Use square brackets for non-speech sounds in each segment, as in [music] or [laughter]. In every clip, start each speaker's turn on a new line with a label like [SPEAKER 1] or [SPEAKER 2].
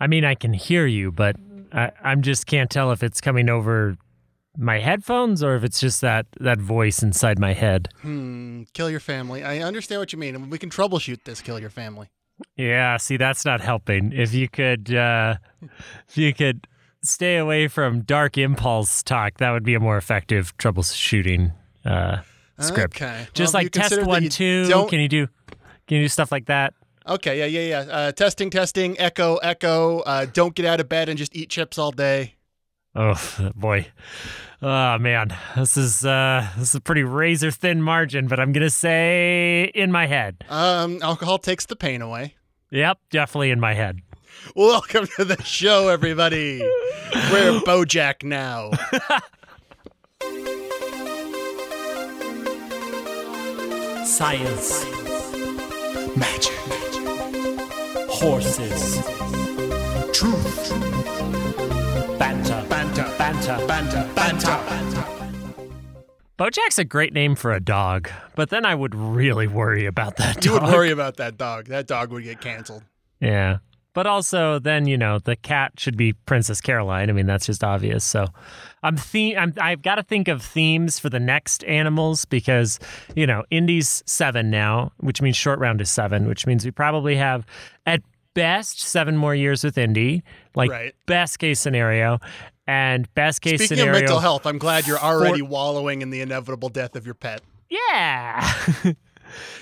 [SPEAKER 1] I mean, I can hear you, but I, I'm just can't tell if it's coming over my headphones or if it's just that that voice inside my head.
[SPEAKER 2] Hmm, kill your family. I understand what you mean. and We can troubleshoot this. Kill your family.
[SPEAKER 1] Yeah, see, that's not helping. If you could, uh, if you could stay away from dark impulse talk, that would be a more effective troubleshooting uh, script.
[SPEAKER 2] Okay. Well,
[SPEAKER 1] Just
[SPEAKER 2] you
[SPEAKER 1] like test
[SPEAKER 2] consider that
[SPEAKER 1] one,
[SPEAKER 2] you
[SPEAKER 1] 2
[SPEAKER 2] don't-
[SPEAKER 1] Can you do? Can you do stuff like that?
[SPEAKER 2] Okay. Yeah. Yeah. Yeah. Uh, testing. Testing. Echo. Echo. Uh, don't get out of bed and just eat chips all day.
[SPEAKER 1] Oh boy, oh man, this is uh, this is a pretty razor thin margin, but I'm gonna say in my head.
[SPEAKER 2] Um, alcohol takes the pain away.
[SPEAKER 1] Yep, definitely in my head.
[SPEAKER 2] Welcome to the show, everybody. We're BoJack now.
[SPEAKER 3] Science,
[SPEAKER 2] Magic.
[SPEAKER 3] horses,
[SPEAKER 2] Truth.
[SPEAKER 3] banter, banter, banter, banter, banter.
[SPEAKER 1] BoJack's a great name for a dog, but then I would really worry about that
[SPEAKER 2] You would
[SPEAKER 1] dog.
[SPEAKER 2] worry about that dog. That dog would get canceled.
[SPEAKER 1] Yeah. But also then, you know, the cat should be Princess Caroline. I mean, that's just obvious. So I'm the- I'm I've got to think of themes for the next animals because, you know, Indy's 7 now, which means short round is 7, which means we probably have at best 7 more years with Indy, like
[SPEAKER 2] Right.
[SPEAKER 1] best case scenario. And best case
[SPEAKER 2] Speaking
[SPEAKER 1] scenario
[SPEAKER 2] of mental health, I'm glad you're already wallowing in the inevitable death of your pet.
[SPEAKER 1] Yeah. [laughs]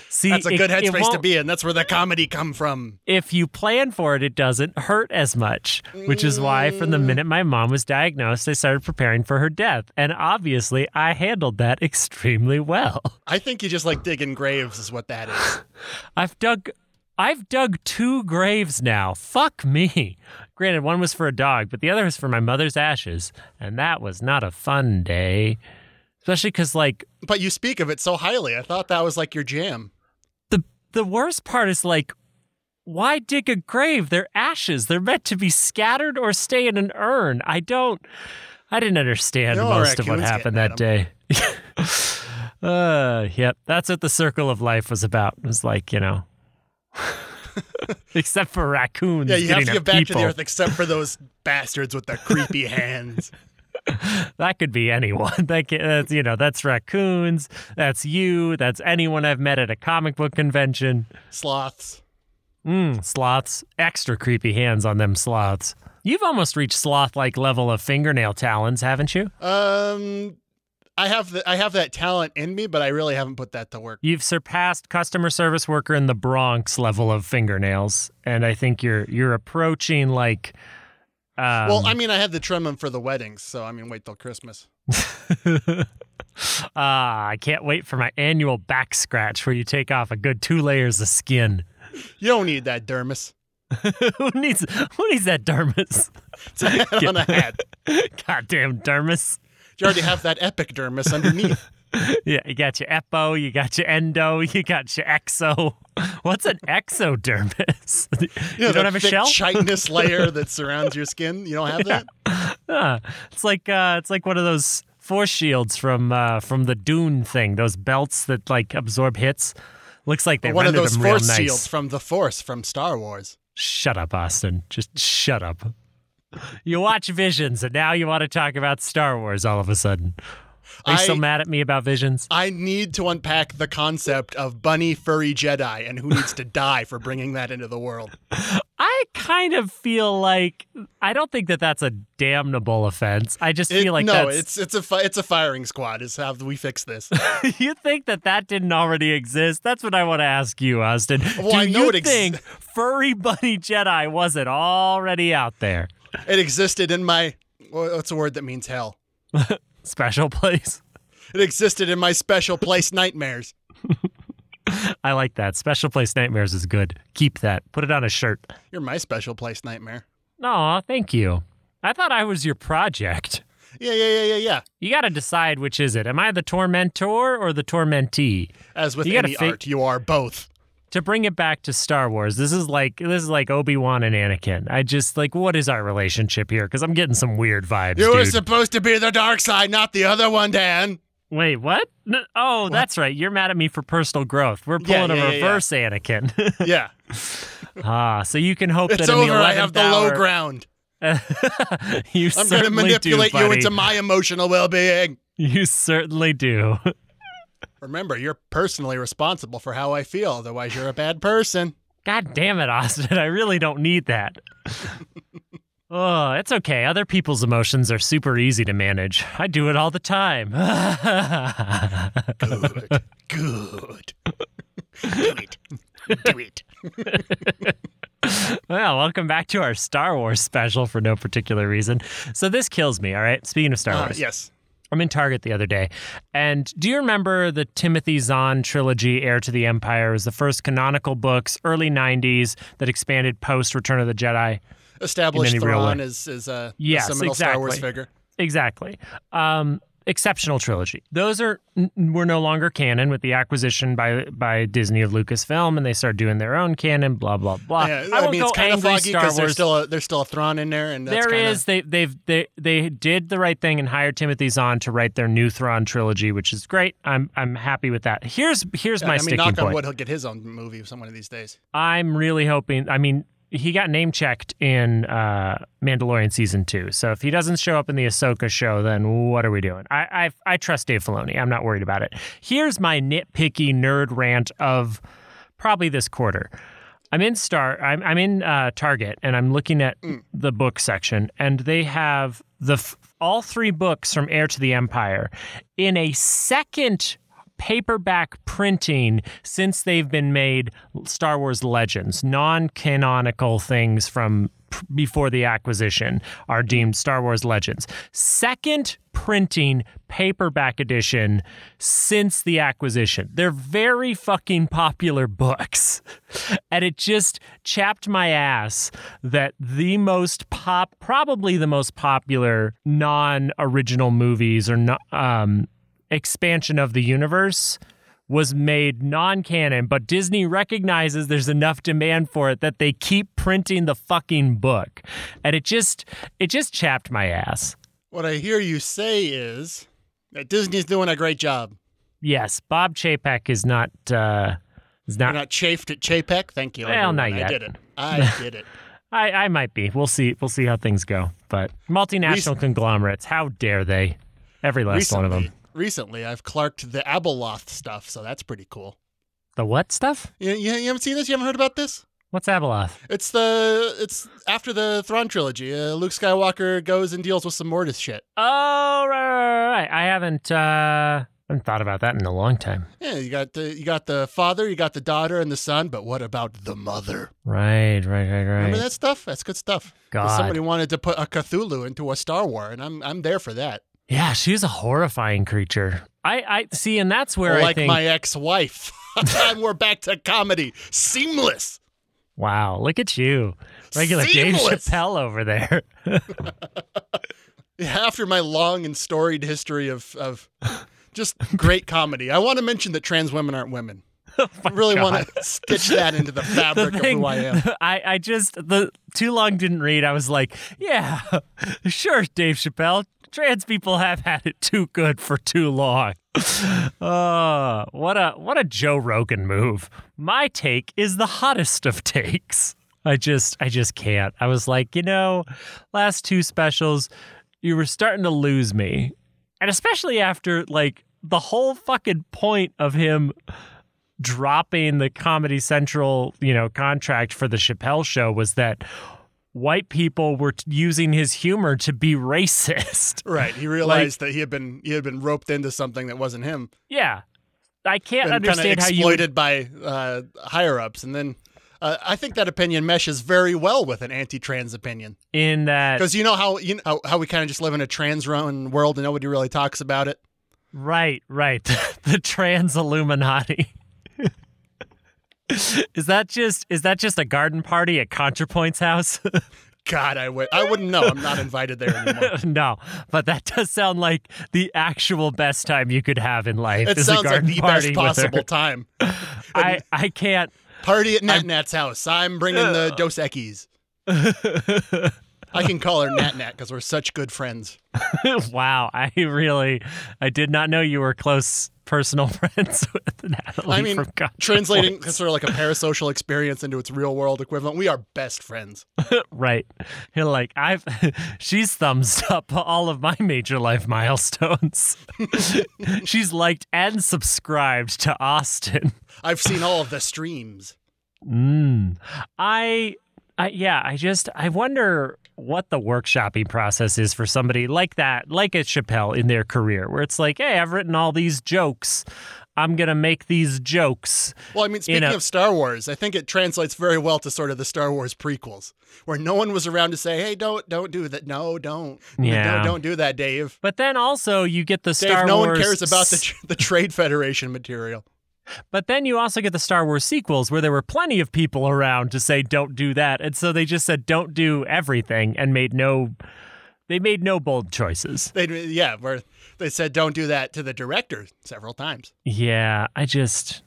[SPEAKER 1] See,
[SPEAKER 2] That's a
[SPEAKER 1] it-
[SPEAKER 2] good
[SPEAKER 1] it
[SPEAKER 2] headspace to
[SPEAKER 1] won't-
[SPEAKER 2] be in. That's where the comedy come from.
[SPEAKER 1] if you plan for it, it doesn't hurt as much, which is why from the minute my mom was diagnosed, I started preparing for her death. And obviously, I handled that [laughs] extremely well.
[SPEAKER 2] I think you just like digging graves is what
[SPEAKER 1] [laughs]
[SPEAKER 2] that is.
[SPEAKER 1] I've dug I've dug two graves now. Fuck me. Granted, one was for a dog, but the other was for my mother's ashes, and that was not a fun day. Especially cuz like
[SPEAKER 2] But you speak of it so highly. I thought that was like your jam.
[SPEAKER 1] the the worst part is like why dig a grave they're ashes they're meant to be scattered or stay in an urn i don't i didn't understand
[SPEAKER 2] There are
[SPEAKER 1] most of what
[SPEAKER 2] raccoons
[SPEAKER 1] happened
[SPEAKER 2] getting
[SPEAKER 1] that day [laughs] uh yep that's what the circle of life was about it was like you know [laughs] except for raccoons
[SPEAKER 2] Yeah, you have
[SPEAKER 1] getting
[SPEAKER 2] to
[SPEAKER 1] at
[SPEAKER 2] get back
[SPEAKER 1] people
[SPEAKER 2] to the earth, except
[SPEAKER 1] [laughs]
[SPEAKER 2] for those bastards with the creepy hands.
[SPEAKER 1] that could be anyone. [laughs] That ca- that's you know that's raccoons. That's you. That's anyone I've met at a comic book convention.
[SPEAKER 2] Sloths.
[SPEAKER 1] Mm, sloths. Extra creepy hands on them sloths. You've almost reached sloth-like level of fingernail talons, haven't you?
[SPEAKER 2] Um, I have the, I have that talent in me, but I really haven't put that to work.
[SPEAKER 1] You've surpassed customer service worker in the Bronx level of fingernails, and I think you're you're approaching like. Um,
[SPEAKER 2] well, I mean, I had to trim them for the weddings, so I mean, wait till Christmas.
[SPEAKER 1] [laughs] ah, I can't wait for my annual back scratch where you take off a good two layers of skin. [laughs]
[SPEAKER 2] You don't need that dermis. [laughs]
[SPEAKER 1] who needs who needs that dermis? [laughs]
[SPEAKER 2] It's a hat on a hat.
[SPEAKER 1] Goddamn dermis.
[SPEAKER 2] You already have that epidermis underneath.
[SPEAKER 1] Yeah, you got your epo, you got your endo, [laughs] you got your exo. [laughs] What's an exodermis? [laughs] [laughs] you
[SPEAKER 2] You, know,
[SPEAKER 1] don't
[SPEAKER 2] that
[SPEAKER 1] have a
[SPEAKER 2] thick
[SPEAKER 1] shell? [laughs]
[SPEAKER 2] chitinous layer that surrounds your skin. You don't have that.
[SPEAKER 1] Huh. It's like uh, it's like one of those force shields from uh, from the Dune thing. Those belts that like absorb hits. Looks like they
[SPEAKER 2] One of
[SPEAKER 1] rendered
[SPEAKER 2] those
[SPEAKER 1] them real
[SPEAKER 2] force
[SPEAKER 1] nice.
[SPEAKER 2] shields from the Force from Star Wars.
[SPEAKER 1] Shut up, Austin. Just shut up. You watch Visions, and now you want to talk about Star Wars all of a sudden. Are you still
[SPEAKER 2] I-
[SPEAKER 1] mad at me about Visions?
[SPEAKER 2] I need to unpack the concept of bunny furry Jedi and who
[SPEAKER 1] [laughs]
[SPEAKER 2] needs to die for bringing that into the world.
[SPEAKER 1] I kind of feel like I don't think that that's a damnable offense. I just
[SPEAKER 2] It-
[SPEAKER 1] feel like
[SPEAKER 2] no,
[SPEAKER 1] that's,
[SPEAKER 2] it's it's a fi- it's a firing squad. Is how we fix this.
[SPEAKER 1] [laughs] you think that that didn't already exist? That's what I want to ask you, Austin.
[SPEAKER 2] Well,
[SPEAKER 1] Do
[SPEAKER 2] I know
[SPEAKER 1] you
[SPEAKER 2] it ex-
[SPEAKER 1] think furry bunny Jedi wasn't already out there?
[SPEAKER 2] It existed in my wha- what's a word that means hell.
[SPEAKER 1] Special place. [laughs]
[SPEAKER 2] It existed in my special place nightmares.
[SPEAKER 1] I like that. Special place nightmares is good. Keep that. Put it on a shirt.
[SPEAKER 2] You're my special place nightmare.
[SPEAKER 1] No, thank you. I thought I was your project.
[SPEAKER 2] Yeah, yeah, yeah, yeah, yeah.
[SPEAKER 1] You got to decide which is it. Am I the tormentor or the tormentee?
[SPEAKER 2] As with
[SPEAKER 1] You gotta
[SPEAKER 2] any
[SPEAKER 1] fi-
[SPEAKER 2] art, you are both.
[SPEAKER 1] to bring it back to Star Wars, this is like this is like Obi Wan and Anakin. I just like what is our relationship here? Because I'm getting some weird vibes.
[SPEAKER 2] You were
[SPEAKER 1] dude.
[SPEAKER 2] supposed to be the dark side, not the other
[SPEAKER 1] [laughs]
[SPEAKER 2] one, Dan.
[SPEAKER 1] Wait, what? N- Oh, that's right. You're mad at me for personal growth. We're
[SPEAKER 2] Yeah,
[SPEAKER 1] pulling
[SPEAKER 2] yeah,
[SPEAKER 1] a
[SPEAKER 2] yeah, yeah.
[SPEAKER 1] reverse Anakin. [laughs]
[SPEAKER 2] Yeah.
[SPEAKER 1] Ah, so you can hope
[SPEAKER 2] It's
[SPEAKER 1] that in
[SPEAKER 2] over.
[SPEAKER 1] the 11th
[SPEAKER 2] I have the low
[SPEAKER 1] hour,
[SPEAKER 2] ground.
[SPEAKER 1] [laughs] you
[SPEAKER 2] I'm going
[SPEAKER 1] certainly
[SPEAKER 2] to manipulate
[SPEAKER 1] do,
[SPEAKER 2] you
[SPEAKER 1] buddy.
[SPEAKER 2] into my emotional well being.
[SPEAKER 1] You certainly do.
[SPEAKER 2] Remember, you're personally responsible for how I feel. Otherwise, you're a bad person.
[SPEAKER 1] God damn it, Austin. [laughs] I really don't need that. oh, it's okay. Other people's emotions are super easy to manage. I do it all the time. [laughs]
[SPEAKER 2] Good. [laughs] Good. Do [laughs] it. Do it.
[SPEAKER 1] well, welcome back to our Star Wars special for no particular reason. So, this kills me, all right? Speaking of Star
[SPEAKER 2] Uh,
[SPEAKER 1] Wars,
[SPEAKER 2] yes.
[SPEAKER 1] I'm in Target the other day. And do you remember the Timothy Zahn trilogy, Heir to the Empire, was the first canonical books, early 90s, that expanded post Return of the Jedi?
[SPEAKER 2] Established
[SPEAKER 1] In any real
[SPEAKER 2] Thrawn
[SPEAKER 1] way.
[SPEAKER 2] is, is uh, a,
[SPEAKER 1] Yes,
[SPEAKER 2] a seminal Star Wars
[SPEAKER 1] exactly.
[SPEAKER 2] figure.
[SPEAKER 1] Exactly. Um, exceptional trilogy. Those are n- were no longer canon with the acquisition by by Disney of Lucasfilm, and they started doing their own canon. Blah blah blah.
[SPEAKER 2] Yeah,
[SPEAKER 1] won't
[SPEAKER 2] mean,
[SPEAKER 1] Uh, go
[SPEAKER 2] it's kind of
[SPEAKER 1] angry
[SPEAKER 2] foggy
[SPEAKER 1] Star
[SPEAKER 2] because
[SPEAKER 1] Wars.
[SPEAKER 2] there's still a, there's still a Thrawn in there, and that's
[SPEAKER 1] There
[SPEAKER 2] kinda,
[SPEAKER 1] is. They they've they they did the right thing and hired Timothy Zahn to write their new Thrawn trilogy, which is great. I'm I'm happy with that. Here's here's
[SPEAKER 2] Yeah,
[SPEAKER 1] my
[SPEAKER 2] I mean,
[SPEAKER 1] sticking
[SPEAKER 2] knock
[SPEAKER 1] point.
[SPEAKER 2] on wood, he'll get his own movie some one of these days.
[SPEAKER 1] I'm really hoping. I mean, he got name checked in uh, Mandalorian season two, so if he doesn't show up in the Ahsoka show, then what are we doing? I I, I trust Dave Filoni. I'm not worried about it. Here's my nitpicky nerd rant of probably this quarter. I'm in Star. I'm I'm in uh, Target, and I'm looking at the book section, and they have the f- all three books from Heir to the Empire in a second paperback printing since they've been made Star Wars Legends, non-canonical things from p- before the acquisition are deemed Star Wars Legends. Second printing paperback edition since the acquisition. They're very fucking popular books. [laughs] And it just chapped my ass that the most pop, probably the most popular non original movies or no- um, expansion of the universe was made non-canon but disney recognizes there's enough demand for it that they keep printing the fucking book and it just it just chapped my ass
[SPEAKER 2] What I hear you say is that Disney's doing a great job.
[SPEAKER 1] yes bob chapek is not uh is not,
[SPEAKER 2] You're not chafed at Chapek. Thank you.
[SPEAKER 1] Well,
[SPEAKER 2] everyone.
[SPEAKER 1] not yet.
[SPEAKER 2] I did it.
[SPEAKER 1] [laughs]
[SPEAKER 2] I did it.
[SPEAKER 1] I, I might be we'll see we'll see how things go but multinational conglomerates how dare they every last one of them
[SPEAKER 2] Recently, I've clarked the Abeloth stuff, so that's pretty cool.
[SPEAKER 1] the what stuff
[SPEAKER 2] You, you, you haven't seen this? You haven't heard about this?
[SPEAKER 1] what's abeloth
[SPEAKER 2] It's the it's after the Thrawn trilogy. Uh, Luke Skywalker goes and deals with some Mortis shit.
[SPEAKER 1] oh right, right, right, right. i haven't uh haven't thought about that in a long time
[SPEAKER 2] Yeah, you got the you got the father, you got the daughter and the son, but what about the mother?
[SPEAKER 1] right right right right
[SPEAKER 2] Remember that stuff? That's good stuff. 'Cause
[SPEAKER 1] God.
[SPEAKER 2] Somebody wanted to put a Cthulhu into a Star War, and I'm I'm there for that.
[SPEAKER 1] Yeah, she's a horrifying creature. I, I see, and that's where I
[SPEAKER 2] like
[SPEAKER 1] think.
[SPEAKER 2] my ex-wife. [laughs] and we're back to comedy. Seamless.
[SPEAKER 1] wow, look at you, regular Dave
[SPEAKER 2] Seamless.
[SPEAKER 1] Chappelle over there.
[SPEAKER 2] after my long and storied history of [laughs] of just great comedy, I want to mention that trans women aren't women. I really want to stitch that into Oh [laughs] the fabric
[SPEAKER 1] the thing,
[SPEAKER 2] of who I am.
[SPEAKER 1] [laughs] I, I just the too long didn't read. I was like, yeah, [laughs] sure, Dave Chappelle. Trans people have had it too good for too long. [laughs] Uh, what a what a Joe Rogan move. My take is the hottest of takes. I just I just can't. I was like, you know, last two specials, you were starting to lose me. And especially after like the whole fucking point of him dropping the Comedy Central, you know, contract for the Chappelle show was that white people were t- using his humor to be [laughs] racist.
[SPEAKER 2] Right. He realized that he had been he had been roped into something that wasn't him.
[SPEAKER 1] yeah. I can't
[SPEAKER 2] Been kind of
[SPEAKER 1] understand how you would-
[SPEAKER 2] exploited by uh, higher ups, and then. Uh, I think that opinion meshes very well with an anti-trans opinion
[SPEAKER 1] in that
[SPEAKER 2] because you know how you know how, how we kind of just live in a trans-run world and nobody really talks about it.
[SPEAKER 1] right, right. [laughs] the trans Illuminati. [laughs] is that just is that just a garden party at ContraPoint's house? [laughs]
[SPEAKER 2] God, I would I wouldn't know. I'm not invited there anymore.
[SPEAKER 1] no, but that does sound like the actual best time you could have in life.
[SPEAKER 2] It
[SPEAKER 1] is a
[SPEAKER 2] sounds like
[SPEAKER 1] garden
[SPEAKER 2] the
[SPEAKER 1] party with
[SPEAKER 2] best
[SPEAKER 1] her.
[SPEAKER 2] possible time.
[SPEAKER 1] I, I can't. [laughs]
[SPEAKER 2] Party at Nat Nat's house. I'm bringing the Dos Equis. I can call her Nat
[SPEAKER 1] [laughs]
[SPEAKER 2] Nat because we're such good friends.
[SPEAKER 1] wow, I really, I did not know you were close personal [laughs] friends with Natalie
[SPEAKER 2] I mean,
[SPEAKER 1] from Contra
[SPEAKER 2] translating
[SPEAKER 1] Points.
[SPEAKER 2] sort of like a parasocial experience into its real world equivalent, we are best friends.
[SPEAKER 1] [laughs] right. You're like, I've [laughs] she's thumbs up all of my major life milestones. [laughs] she's liked and subscribed to Austin.
[SPEAKER 2] I've seen all of the streams.
[SPEAKER 1] Mm. I, I, yeah, I just, I wonder what the workshopping process is for somebody like that, like a Chappelle in their career, where it's like, hey, I've written all these jokes. I'm going to make these jokes.
[SPEAKER 2] Well, I mean, speaking
[SPEAKER 1] know-
[SPEAKER 2] of Star Wars, I think it translates very well to sort of the Star Wars prequels, where no one was around to say, "Hey, don't, don't do that. No, don't,
[SPEAKER 1] Yeah.
[SPEAKER 2] don't, don't do that, Dave."
[SPEAKER 1] But then also you get the
[SPEAKER 2] Dave,
[SPEAKER 1] Star
[SPEAKER 2] no
[SPEAKER 1] Wars.
[SPEAKER 2] one cares about the tr- the Trade Federation material.
[SPEAKER 1] But then you also get the Star Wars sequels where there were plenty of people around to say don't do that, and so they just said don't do everything and made no, they made no bold choices.
[SPEAKER 2] They, yeah, where they said, "Don't do that" to the director several times.
[SPEAKER 1] Yeah, I just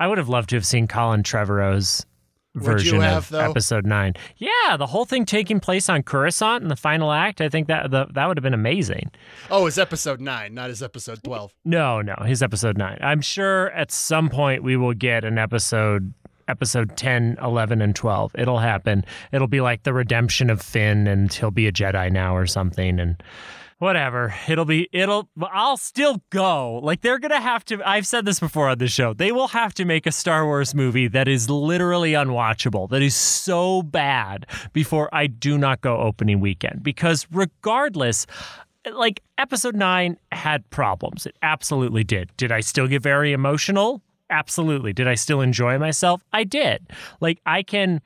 [SPEAKER 1] I would have loved to have seen Colin Trevorrow's
[SPEAKER 2] you
[SPEAKER 1] version
[SPEAKER 2] have,
[SPEAKER 1] of
[SPEAKER 2] though?
[SPEAKER 1] episode 9. Yeah, the whole thing taking place on Coruscant in the final act, I think that the, that would have been amazing.
[SPEAKER 2] Oh, it's episode nine, not as episode twelve.
[SPEAKER 1] No, no, his episode 9. I'm sure at some point we will get an episode episode 10, 11 and 12. It'll happen. It'll be like the redemption of Finn and he'll be a Jedi now or something and whatever. It'll be it'll I'll still go. Like they're going to have to I've said this before on the show. They will have to make a Star Wars movie that is literally unwatchable. That is so bad before I do not go opening weekend because regardless like episode 9 had problems. It absolutely did. Did I still get very emotional? Absolutely. Did I still enjoy myself? I did. Like I can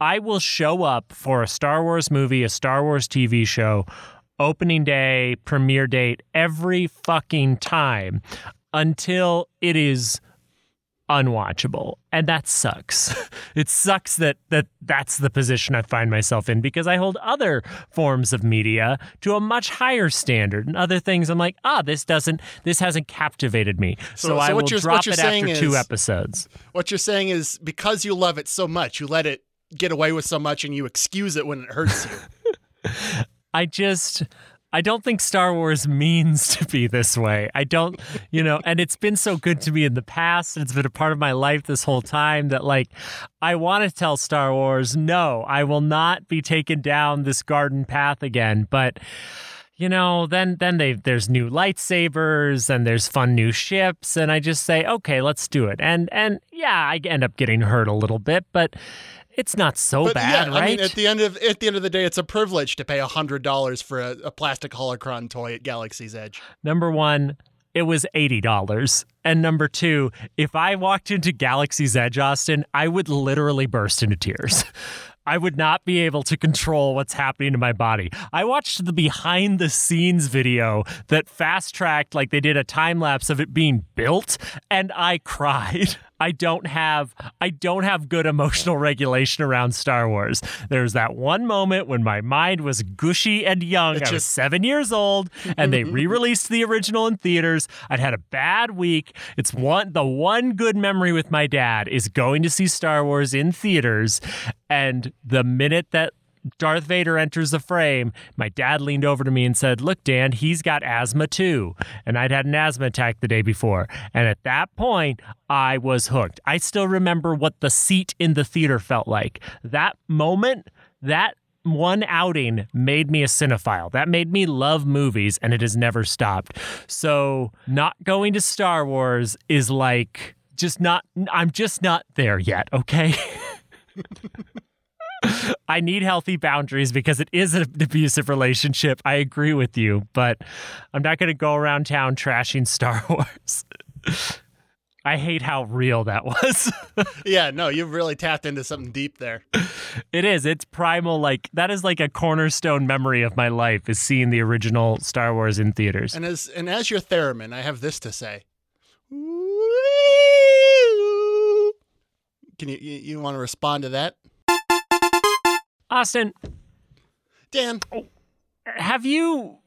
[SPEAKER 1] I will show up for a Star Wars movie, a Star Wars TV show, opening day, premiere date, every fucking time until it is unwatchable. And that sucks. [laughs] it sucks that, that that's the position I find myself in because I hold other forms of media to a much higher standard and other things I'm like, ah, this doesn't, this hasn't captivated me. So,
[SPEAKER 2] So- so
[SPEAKER 1] I will
[SPEAKER 2] what you're- what
[SPEAKER 1] drop
[SPEAKER 2] you're
[SPEAKER 1] it after
[SPEAKER 2] saying
[SPEAKER 1] two
[SPEAKER 2] is-
[SPEAKER 1] episodes.
[SPEAKER 2] What you're saying is because you love it so much, you let it get away with so much, and you excuse it when it hurts
[SPEAKER 1] [laughs]
[SPEAKER 2] you.
[SPEAKER 1] I just I don't think Star Wars means to be this way. I don't, you know, and it's been so good to me in the past. and It's been a part of my life this whole time that like I want to tell Star Wars, no, I will not be taken down this garden path again, but you know, then then they there's new lightsabers and there's fun new ships and I just say, "Okay, let's do it." And and yeah, I end up getting hurt a little bit, but it's not so bad,
[SPEAKER 2] yeah,
[SPEAKER 1] right?
[SPEAKER 2] I mean, at the end of at the end of the day, it's a privilege to pay hundred dollars for a, a plastic holocron toy at Galaxy's Edge.
[SPEAKER 1] Number one, it was $80. And number two, if I walked into Galaxy's Edge, Austin, I would literally burst into tears. [laughs] I would not be able to control what's happening to my body. I watched the behind the scenes video that fast tracked, like they did a time lapse of it being built, and I cried. [laughs] I don't have I don't have good emotional regulation around Star Wars. There's that one moment when my mind was gushy and young. I was
[SPEAKER 2] just-
[SPEAKER 1] seven years old, and they re-released the original in theaters. I'd had a bad week. It's one the one good memory with my dad is going to see Star Wars in theaters, and the minute that Darth Vader enters the frame. My dad leaned over to me and said, Look, Dan, he's got asthma too. And I'd had an asthma attack the day before. And at that point, I was hooked. I still remember what the seat in the theater felt like. That moment, that one outing made me a cinephile. That made me love movies, and it has never stopped. So, not going to Star Wars is like just not, I'm just not there yet, okay? [laughs] I need healthy boundaries because it is an abusive relationship. I agree with you, but I'm not going to go around town trashing Star [laughs] Wars. I hate how real that was.
[SPEAKER 2] Yeah, no, you've really tapped into something deep there.
[SPEAKER 1] it is. It's primal. Like that is like a cornerstone memory of my life is seeing the original Star Wars in theaters.
[SPEAKER 2] And as and as your theremin, I have this to say. Can you you, you want to respond to that,
[SPEAKER 1] Austin,
[SPEAKER 2] Dan?
[SPEAKER 1] have you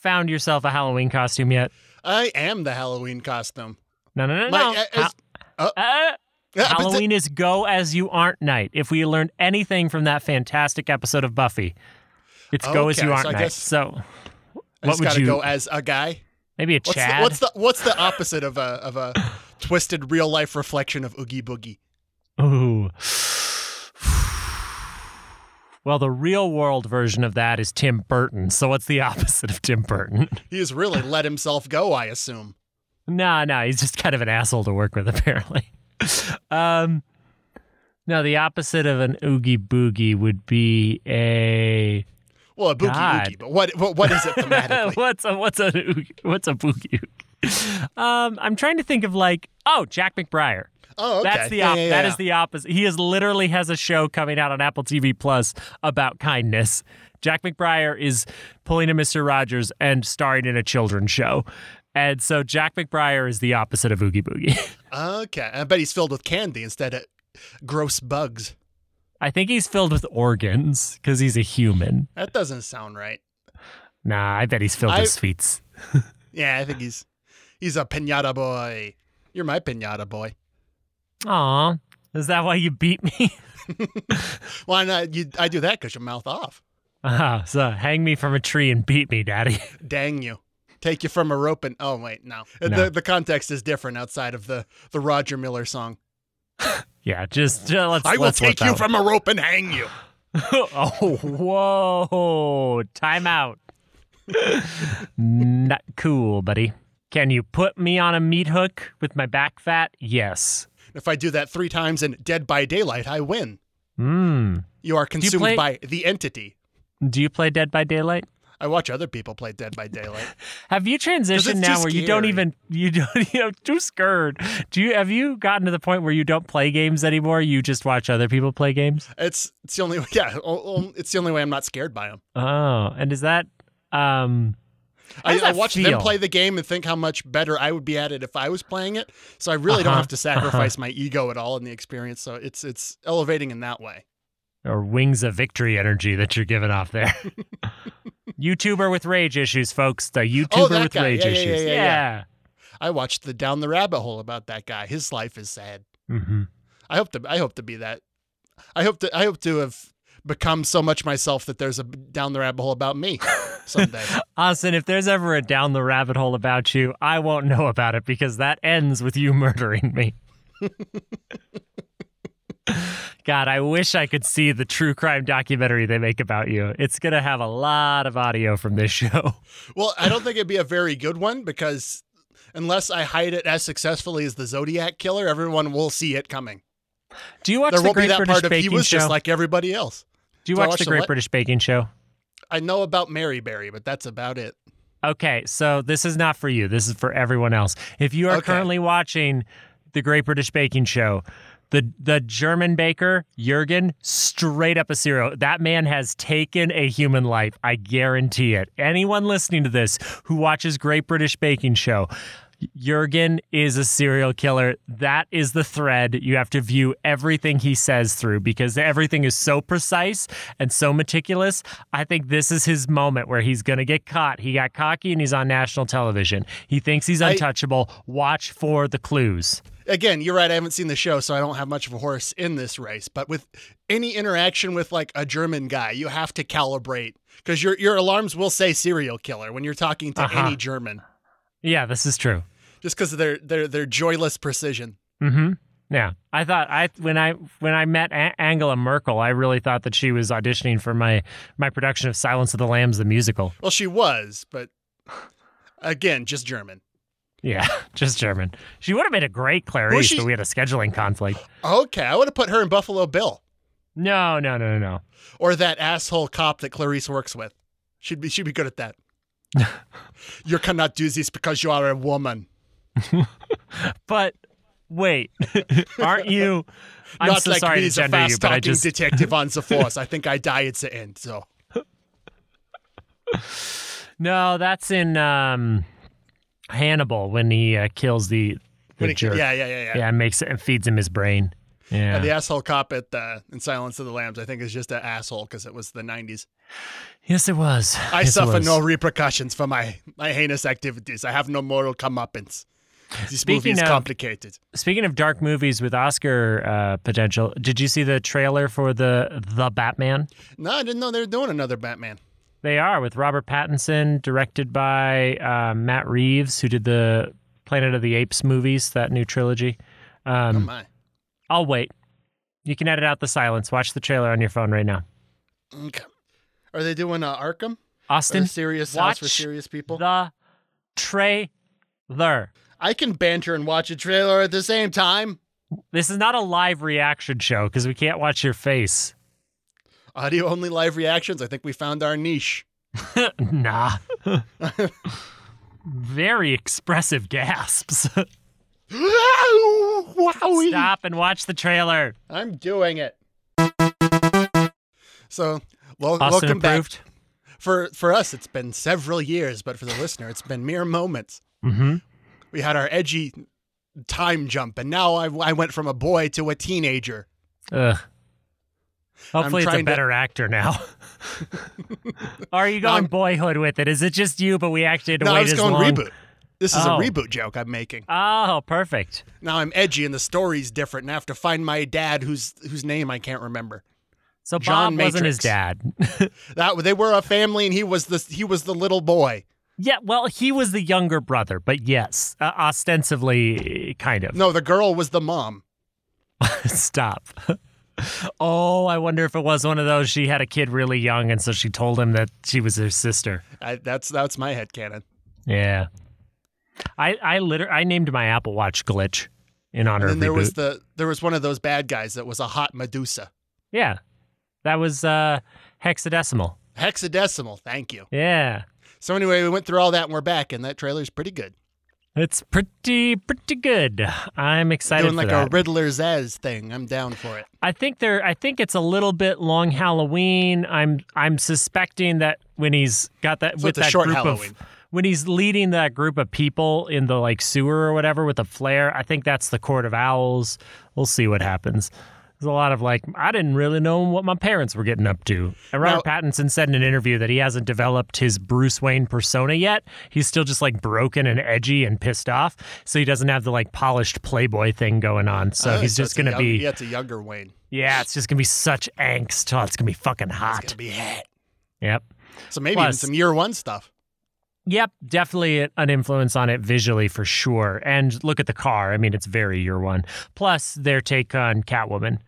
[SPEAKER 1] found yourself a Halloween costume yet?
[SPEAKER 2] I am the Halloween costume.
[SPEAKER 1] No, no, no,
[SPEAKER 2] My-
[SPEAKER 1] no.
[SPEAKER 2] uh, is-
[SPEAKER 1] Ha- uh,
[SPEAKER 2] Yeah, but
[SPEAKER 1] Halloween is go as you aren't night. If we learned anything from that fantastic episode of Buffy, it's go as
[SPEAKER 2] Okay,
[SPEAKER 1] you
[SPEAKER 2] so
[SPEAKER 1] aren't
[SPEAKER 2] I
[SPEAKER 1] night.
[SPEAKER 2] guess-
[SPEAKER 1] so
[SPEAKER 2] I just
[SPEAKER 1] what would
[SPEAKER 2] gotta
[SPEAKER 1] you-
[SPEAKER 2] go as a guy.
[SPEAKER 1] Maybe a
[SPEAKER 2] What's the,
[SPEAKER 1] Chad.
[SPEAKER 2] what's the what's the opposite of a of a twisted real life reflection of Oogie Boogie?
[SPEAKER 1] Ooh. Well, the real world version of that is Tim Burton. So what's the opposite of Tim Burton?
[SPEAKER 2] He has really let himself go, I assume.
[SPEAKER 1] No, no, he's just kind of an asshole to work with, [laughs] apparently. um, no, the opposite of an oogie boogie would be a
[SPEAKER 2] Well, a boogie
[SPEAKER 1] God.
[SPEAKER 2] oogie, but what what,
[SPEAKER 1] [laughs]
[SPEAKER 2] what is it thematically?
[SPEAKER 1] what's a what's a oogie, what's a boogie? oogie? um, I'm trying to think of like oh Jack McBriar.
[SPEAKER 2] oh, okay.
[SPEAKER 1] That's the
[SPEAKER 2] Yeah,
[SPEAKER 1] op-
[SPEAKER 2] yeah,
[SPEAKER 1] that
[SPEAKER 2] yeah.
[SPEAKER 1] is the opposite. He is literally has a show coming out on Apple TV Plus about kindness. Jack McBriar is pulling a Mr. Rogers and starring in a children's show. And so Jack McBriar is the opposite of Oogie Boogie.
[SPEAKER 2] okay. I bet he's filled with candy instead of gross bugs.
[SPEAKER 1] I think he's filled with organs because he's a human.
[SPEAKER 2] That doesn't sound right.
[SPEAKER 1] Nah, I bet he's filled
[SPEAKER 2] I-
[SPEAKER 1] with sweets.
[SPEAKER 2] Yeah, I think he's he's a pinata boy. You're my pinata boy.
[SPEAKER 1] Aw, is that why you beat me? [laughs]
[SPEAKER 2] Why not? You, I do that because your mouth off.
[SPEAKER 1] Ah, so hang me from a tree and beat me, Daddy. [laughs]
[SPEAKER 2] Dang you. Take you from a rope and oh wait no.
[SPEAKER 1] No.
[SPEAKER 2] The the context is different outside of the the Roger Miller song.
[SPEAKER 1] Yeah, just, just let's.
[SPEAKER 2] I will
[SPEAKER 1] let's let
[SPEAKER 2] take you
[SPEAKER 1] that
[SPEAKER 2] from a rope and hang you.
[SPEAKER 1] [laughs] oh, whoa. Time out. [laughs] Not cool, buddy. Can you put me on a meat hook with my back fat? Yes.
[SPEAKER 2] If I do that three times in Dead by Daylight, I win.
[SPEAKER 1] Mmm.
[SPEAKER 2] You are consumed
[SPEAKER 1] play-
[SPEAKER 2] by the entity.
[SPEAKER 1] Do you play Dead by Daylight?
[SPEAKER 2] I watch other people play Dead
[SPEAKER 1] [laughs]
[SPEAKER 2] by Daylight.
[SPEAKER 1] Have you transitioned
[SPEAKER 2] too
[SPEAKER 1] now where you don't
[SPEAKER 2] scary.
[SPEAKER 1] even [laughs] you don't you know too scared? Do you have you gotten to the point where you don't play games anymore? You just watch other people play games?
[SPEAKER 2] It's it's the only [laughs] yeah. o- o- It's the only way I'm not scared by them.
[SPEAKER 1] Oh, and is that um How
[SPEAKER 2] I,
[SPEAKER 1] does
[SPEAKER 2] I
[SPEAKER 1] that
[SPEAKER 2] watch them
[SPEAKER 1] feel?
[SPEAKER 2] play the game and think how much better I would be at it if I was playing it. So I really don't
[SPEAKER 1] Uh-huh,
[SPEAKER 2] have to sacrifice my ego at all in the experience. So it's it's elevating in that way.
[SPEAKER 1] or wings of victory energy that you're giving off
[SPEAKER 2] [laughs]
[SPEAKER 1] there? YouTuber with rage issues, folks. The YouTuber
[SPEAKER 2] Oh, that
[SPEAKER 1] with
[SPEAKER 2] guy.
[SPEAKER 1] rage
[SPEAKER 2] Yeah, yeah,
[SPEAKER 1] issues.
[SPEAKER 2] yeah, yeah, I watched the Down the Rabbit Hole about that guy. His life is sad.
[SPEAKER 1] Mm-hmm.
[SPEAKER 2] I hope to I hope to be that. I hope to I hope to have become so much myself that there's a Down the Rabbit Hole
[SPEAKER 1] [laughs]
[SPEAKER 2] about me someday.
[SPEAKER 1] Austin, if there's ever a down the rabbit hole about you, I won't know about it because that ends with you [laughs] murdering me. God, I wish I could see the true crime documentary they make about you. It's going to have a lot of audio from this show. [laughs]
[SPEAKER 2] Well, I don't think it'd be a very good one because unless I hide it as successfully as the Zodiac killer, everyone will see it coming.
[SPEAKER 1] Do you watch
[SPEAKER 2] there
[SPEAKER 1] the
[SPEAKER 2] won't be
[SPEAKER 1] Great
[SPEAKER 2] that
[SPEAKER 1] British
[SPEAKER 2] part of he
[SPEAKER 1] Baking
[SPEAKER 2] was
[SPEAKER 1] Show?
[SPEAKER 2] just like everybody else.
[SPEAKER 1] Do you
[SPEAKER 2] Do I
[SPEAKER 1] watch,
[SPEAKER 2] watch
[SPEAKER 1] the
[SPEAKER 2] the
[SPEAKER 1] Great
[SPEAKER 2] what?
[SPEAKER 1] British Baking Show?
[SPEAKER 2] I know about Mary Berry, but that's about it.
[SPEAKER 1] Okay, so this is not for you. This is for everyone else. If you are
[SPEAKER 2] Okay.
[SPEAKER 1] currently watching the Great British Baking Show, the the German baker Jurgen, straight up a serial. That man has taken a human life. I guarantee it. Anyone listening to this who watches Great British Baking Show. Jurgen is a serial killer. That is the thread. You have to view everything he says through because everything is so precise and so meticulous. I think this is his moment where he's going to get caught. He got cocky and he's on national television. He thinks he's
[SPEAKER 2] I-
[SPEAKER 1] untouchable. Watch for the clues.
[SPEAKER 2] Again, you're right. I haven't seen the show, so I don't have much of a horse in this race. But with any interaction with like a German guy, you have to calibrate because your your alarms will say serial killer when you're talking to
[SPEAKER 1] Uh-huh.
[SPEAKER 2] any German,
[SPEAKER 1] Yeah, this is true.
[SPEAKER 2] just because of their their their joyless precision.
[SPEAKER 1] Mm-hmm. Yeah, I thought I when I when I met A- Angela Merkel, I really thought that she was auditioning for my my production of Silence of the Lambs, the musical.
[SPEAKER 2] Well, she was, but again, just German.
[SPEAKER 1] Yeah, [laughs] just German. She would have made a great Clarice,
[SPEAKER 2] she-
[SPEAKER 1] but we had a scheduling conflict.
[SPEAKER 2] Okay, I would have put her in Buffalo Bill
[SPEAKER 1] No, no, no, no, no.
[SPEAKER 2] or that asshole cop that Clarice works with. She'd be she'd be good at that. you cannot do this because you are a woman.
[SPEAKER 1] But
[SPEAKER 2] [laughs]
[SPEAKER 1] wait, aren't you? I'm
[SPEAKER 2] Not
[SPEAKER 1] so
[SPEAKER 2] like
[SPEAKER 1] sorry to
[SPEAKER 2] me, the
[SPEAKER 1] gender you, but I
[SPEAKER 2] fast-talking
[SPEAKER 1] just
[SPEAKER 2] detective
[SPEAKER 1] [laughs]
[SPEAKER 2] on the force. I think I die at the end. So
[SPEAKER 1] no. That's in um, Hannibal when he uh, kills the the
[SPEAKER 2] When he-
[SPEAKER 1] jerk.
[SPEAKER 2] yeah, yeah, yeah, yeah.
[SPEAKER 1] yeah, and makes it and feeds him his brain. Yeah,
[SPEAKER 2] And the asshole cop at the in Silence of the Lambs, I think, is just an asshole because it was the '90s.
[SPEAKER 1] yes, it was.
[SPEAKER 2] I
[SPEAKER 1] Yes, it
[SPEAKER 2] suffer
[SPEAKER 1] was.
[SPEAKER 2] no repercussions for my my heinous activities. I have no moral comeuppance. This movie
[SPEAKER 1] Speaking
[SPEAKER 2] is
[SPEAKER 1] of-
[SPEAKER 2] complicated.
[SPEAKER 1] Speaking of dark movies with Oscar uh, potential, did you see the trailer for the the Batman?
[SPEAKER 2] No, I didn't know they were doing another Batman.
[SPEAKER 1] They are with Robert Pattinson, directed by uh, Matt Reeves, who did the Planet of the Apes movies, that new trilogy.
[SPEAKER 2] Oh
[SPEAKER 1] Um,
[SPEAKER 2] my.
[SPEAKER 1] I'll wait. You can edit out the silence. Watch the trailer on your phone right now.
[SPEAKER 2] Okay. Are they doing uh, Arkham? Or
[SPEAKER 1] Austin,
[SPEAKER 2] the serious house for
[SPEAKER 1] watch
[SPEAKER 2] serious people?
[SPEAKER 1] the trailer.
[SPEAKER 2] I can banter and watch a trailer at the same time.
[SPEAKER 1] This is not a live reaction show because we can't watch your face. [laughs]
[SPEAKER 2] Audio only live reactions. I think we found our niche.
[SPEAKER 1] nah.
[SPEAKER 2] [laughs]
[SPEAKER 1] Very expressive gasps.
[SPEAKER 2] Wowie.
[SPEAKER 1] Stop and watch the trailer.
[SPEAKER 2] I'm doing it. So, wel-
[SPEAKER 1] Austin
[SPEAKER 2] welcome
[SPEAKER 1] approved.
[SPEAKER 2] back. For for us, it's been several years, but for the listener, it's been mere moments.
[SPEAKER 1] Mm-hmm.
[SPEAKER 2] We had our edgy time jump, and now I, I went from a boy to a teenager.
[SPEAKER 1] Ugh. Hopefully, it's a
[SPEAKER 2] trying to-
[SPEAKER 1] better actor
[SPEAKER 2] [laughs]
[SPEAKER 1] now. Are you going
[SPEAKER 2] I'm-
[SPEAKER 1] boyhood with it? Is it just you, but we actually had to
[SPEAKER 2] no,
[SPEAKER 1] wait
[SPEAKER 2] I was
[SPEAKER 1] as
[SPEAKER 2] going
[SPEAKER 1] long?
[SPEAKER 2] reboot. This is
[SPEAKER 1] Oh.
[SPEAKER 2] a reboot joke I'm making.
[SPEAKER 1] Oh, perfect.
[SPEAKER 2] Now I'm edgy, and the story's different, and I have to find my dad, whose whose name I can't remember.
[SPEAKER 1] So Bob
[SPEAKER 2] John
[SPEAKER 1] wasn't his
[SPEAKER 2] Matrix.
[SPEAKER 1] dad. [laughs]
[SPEAKER 2] That they were a family, and he was the he was the little boy.
[SPEAKER 1] yeah, well, he was the younger brother, but yes, uh, ostensibly, kind of.
[SPEAKER 2] No, the girl was the mom.
[SPEAKER 1] [laughs] Stop. [laughs] oh, I wonder if it was one of those. She had a kid really young, and so she told him that she was her sister.
[SPEAKER 2] I, that's that's my headcanon.
[SPEAKER 1] Yeah. I I liter- I named my Apple Watch glitch in honor of
[SPEAKER 2] And then there
[SPEAKER 1] reboot.
[SPEAKER 2] was the there was one of those bad guys that was a hot Medusa.
[SPEAKER 1] yeah, that was uh, hexadecimal.
[SPEAKER 2] Hexadecimal, thank you.
[SPEAKER 1] Yeah.
[SPEAKER 2] So anyway, we went through all that and we're back, and that trailer's pretty good.
[SPEAKER 1] It's pretty pretty good. I'm excited
[SPEAKER 2] Doing
[SPEAKER 1] for
[SPEAKER 2] like
[SPEAKER 1] that.
[SPEAKER 2] a Riddler's as thing. I'm down for it.
[SPEAKER 1] I think they're I think it's a little bit long Halloween. I'm I'm suspecting that when he's got that
[SPEAKER 2] So
[SPEAKER 1] with
[SPEAKER 2] it's a
[SPEAKER 1] that
[SPEAKER 2] short
[SPEAKER 1] group
[SPEAKER 2] Halloween.
[SPEAKER 1] of when he's leading that group of people in the like sewer or whatever with a flare, I think that's the Court of Owls. We'll see what happens. There's a lot of like I didn't really know what my parents were getting up to. And Robert Pattinson said in an interview that he hasn't developed his Bruce Wayne persona yet. He's still just like broken and edgy and pissed off, so he doesn't have the like polished playboy thing going on. So
[SPEAKER 2] Oh,
[SPEAKER 1] he's just
[SPEAKER 2] it's a
[SPEAKER 1] going to
[SPEAKER 2] young-
[SPEAKER 1] be
[SPEAKER 2] yeah, it's a younger Wayne.
[SPEAKER 1] yeah, it's just gonna be such angst. Oh, it's gonna be fucking
[SPEAKER 2] It's
[SPEAKER 1] hot.
[SPEAKER 2] gonna be hot.
[SPEAKER 1] Yep.
[SPEAKER 2] So maybe even
[SPEAKER 1] Plus-
[SPEAKER 2] some year one stuff.
[SPEAKER 1] Yep, definitely an influence on it visually for sure. And look at the car. I mean, it's very year one. Plus their take on Catwoman.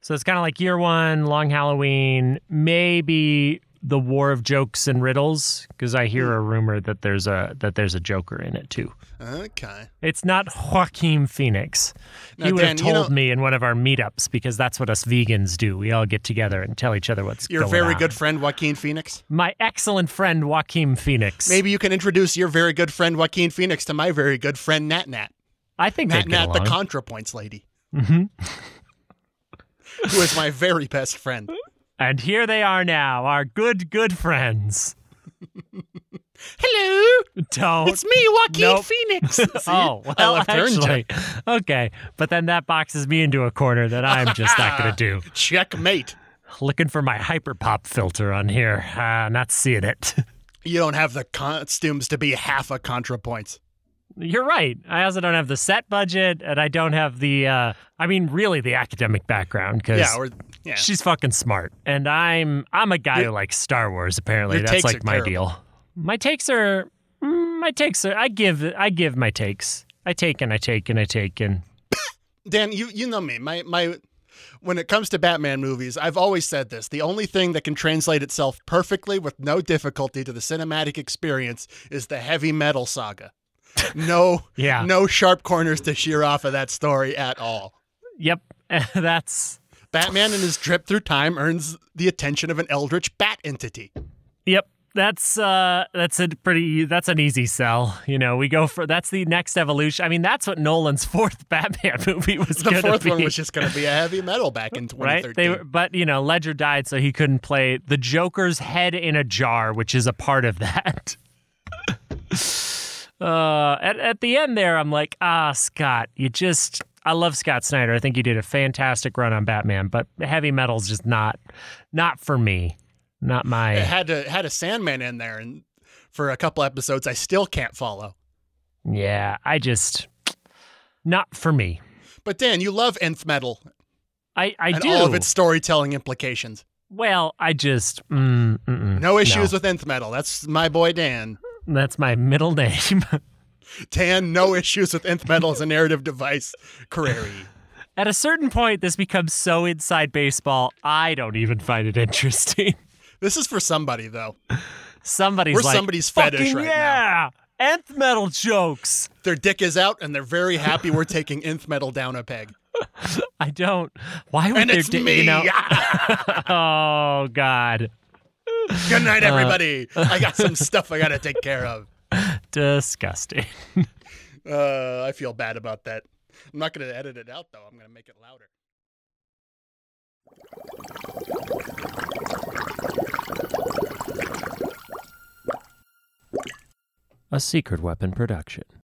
[SPEAKER 1] So it's kind of like year one, long Halloween, maybe the war of jokes and riddles. Because I hear a rumor that there's a that there's a Joker in it too.
[SPEAKER 2] Okay.
[SPEAKER 1] It's not Joaquin Phoenix.
[SPEAKER 2] Now,
[SPEAKER 1] he would have
[SPEAKER 2] Dan, you
[SPEAKER 1] told
[SPEAKER 2] know-
[SPEAKER 1] me in one of our meetups because that's what us vegans do. We all get together and tell each other what's
[SPEAKER 2] Your
[SPEAKER 1] going
[SPEAKER 2] very
[SPEAKER 1] on.
[SPEAKER 2] good friend Joaquin Phoenix.
[SPEAKER 1] my excellent friend Joaquin Phoenix.
[SPEAKER 2] Maybe you can introduce your very good friend Joaquin Phoenix to my very good friend Nat Nat.
[SPEAKER 1] I think
[SPEAKER 2] Nat
[SPEAKER 1] they'd get
[SPEAKER 2] Nat, the
[SPEAKER 1] along.
[SPEAKER 2] contrapoints lady. Mm-hmm. [laughs] who is my very best
[SPEAKER 1] [laughs]
[SPEAKER 2] friend.
[SPEAKER 1] and here they are now, our good good friends.
[SPEAKER 2] Hello,
[SPEAKER 1] Don't.
[SPEAKER 2] it's me, Joaquin
[SPEAKER 1] Nope. [laughs]
[SPEAKER 2] Phoenix. See?
[SPEAKER 1] oh
[SPEAKER 2] I
[SPEAKER 1] well,
[SPEAKER 2] left her in
[SPEAKER 1] actually, okay. But then that boxes me into a corner that I'm just not
[SPEAKER 2] [laughs]
[SPEAKER 1] going to do.
[SPEAKER 2] check- Checkmate.
[SPEAKER 1] Looking for my hyperpop filter on here, uh, not seeing it. [laughs]
[SPEAKER 2] You don't have the costumes to be half a contrapoints.
[SPEAKER 1] You're right. I also don't have the set budget, and I don't have the. Uh, I mean, really, the academic background because
[SPEAKER 2] Yeah, or yeah.
[SPEAKER 1] she's fucking smart, and I'm I'm a guy who likes Star Wars. Apparently,
[SPEAKER 2] your
[SPEAKER 1] that's
[SPEAKER 2] takes
[SPEAKER 1] like
[SPEAKER 2] are
[SPEAKER 1] my
[SPEAKER 2] terrible.
[SPEAKER 1] deal. My takes are mm, my takes are. I give I give my takes. I take and I take and I take and
[SPEAKER 2] Dan, you you know me. My my when it comes to Batman movies, I've always said this. The only thing that can translate itself perfectly with no difficulty to the cinematic experience is the heavy metal saga. No
[SPEAKER 1] [laughs] Yeah.
[SPEAKER 2] no sharp corners to shear off of that story at all.
[SPEAKER 1] yep. [laughs] that's
[SPEAKER 2] Batman and his trip through time earns the attention of an eldritch bat entity.
[SPEAKER 1] yep. That's uh that's a pretty that's an easy sell. You know, we go for that's the next evolution. I mean, that's what Nolan's [laughs] fourth Batman movie was
[SPEAKER 2] The
[SPEAKER 1] gonna
[SPEAKER 2] fourth one
[SPEAKER 1] be.
[SPEAKER 2] was just going to be a heavy metal back in
[SPEAKER 1] [laughs] right?
[SPEAKER 2] 2013.
[SPEAKER 1] They were, but you know, Ledger died, so he couldn't play the Joker's head in a jar, which is a part of that. [laughs] uh, at at the end there, I'm like, ah, Scott, you just. I love Scott Snyder. I think he did a fantastic run on Batman, but heavy metal's just not, not for me, not
[SPEAKER 2] it [laughs]
[SPEAKER 1] my.
[SPEAKER 2] had to had a Sandman in there, and for a couple episodes, I still can't follow.
[SPEAKER 1] Yeah, I just, not for me.
[SPEAKER 2] But Dan, you love nth metal
[SPEAKER 1] I I
[SPEAKER 2] and
[SPEAKER 1] do.
[SPEAKER 2] all of its storytelling implications.
[SPEAKER 1] Well, I just mm, mm-mm.
[SPEAKER 2] No issues with nth metal. That's my boy Dan.
[SPEAKER 1] That's my middle [laughs] name. [laughs]
[SPEAKER 2] Dan, no issues with nth metal as a narrative device. Carreri.
[SPEAKER 1] At a certain point, this becomes so inside baseball. I don't even find it interesting. [laughs]
[SPEAKER 2] This is for somebody though.
[SPEAKER 1] Somebody's
[SPEAKER 2] We're
[SPEAKER 1] like,
[SPEAKER 2] somebody's fetish
[SPEAKER 1] "Fucking
[SPEAKER 2] right now."
[SPEAKER 1] yeah, nth metal jokes.
[SPEAKER 2] Their dick is out and they're very happy we're taking nth metal down a peg.
[SPEAKER 1] I don't. Why would
[SPEAKER 2] And
[SPEAKER 1] there
[SPEAKER 2] it's
[SPEAKER 1] di-
[SPEAKER 2] me.
[SPEAKER 1] you
[SPEAKER 2] [laughs]
[SPEAKER 1] know? [laughs] oh God,
[SPEAKER 2] Good night,
[SPEAKER 1] Uh,
[SPEAKER 2] everybody.
[SPEAKER 1] [laughs]
[SPEAKER 2] I got some stuff I gotta take care of.
[SPEAKER 1] disgusting.
[SPEAKER 2] Uh, I feel bad about that. I'm not gonna edit it out though. I'm gonna make it louder.
[SPEAKER 1] A secret weapon production.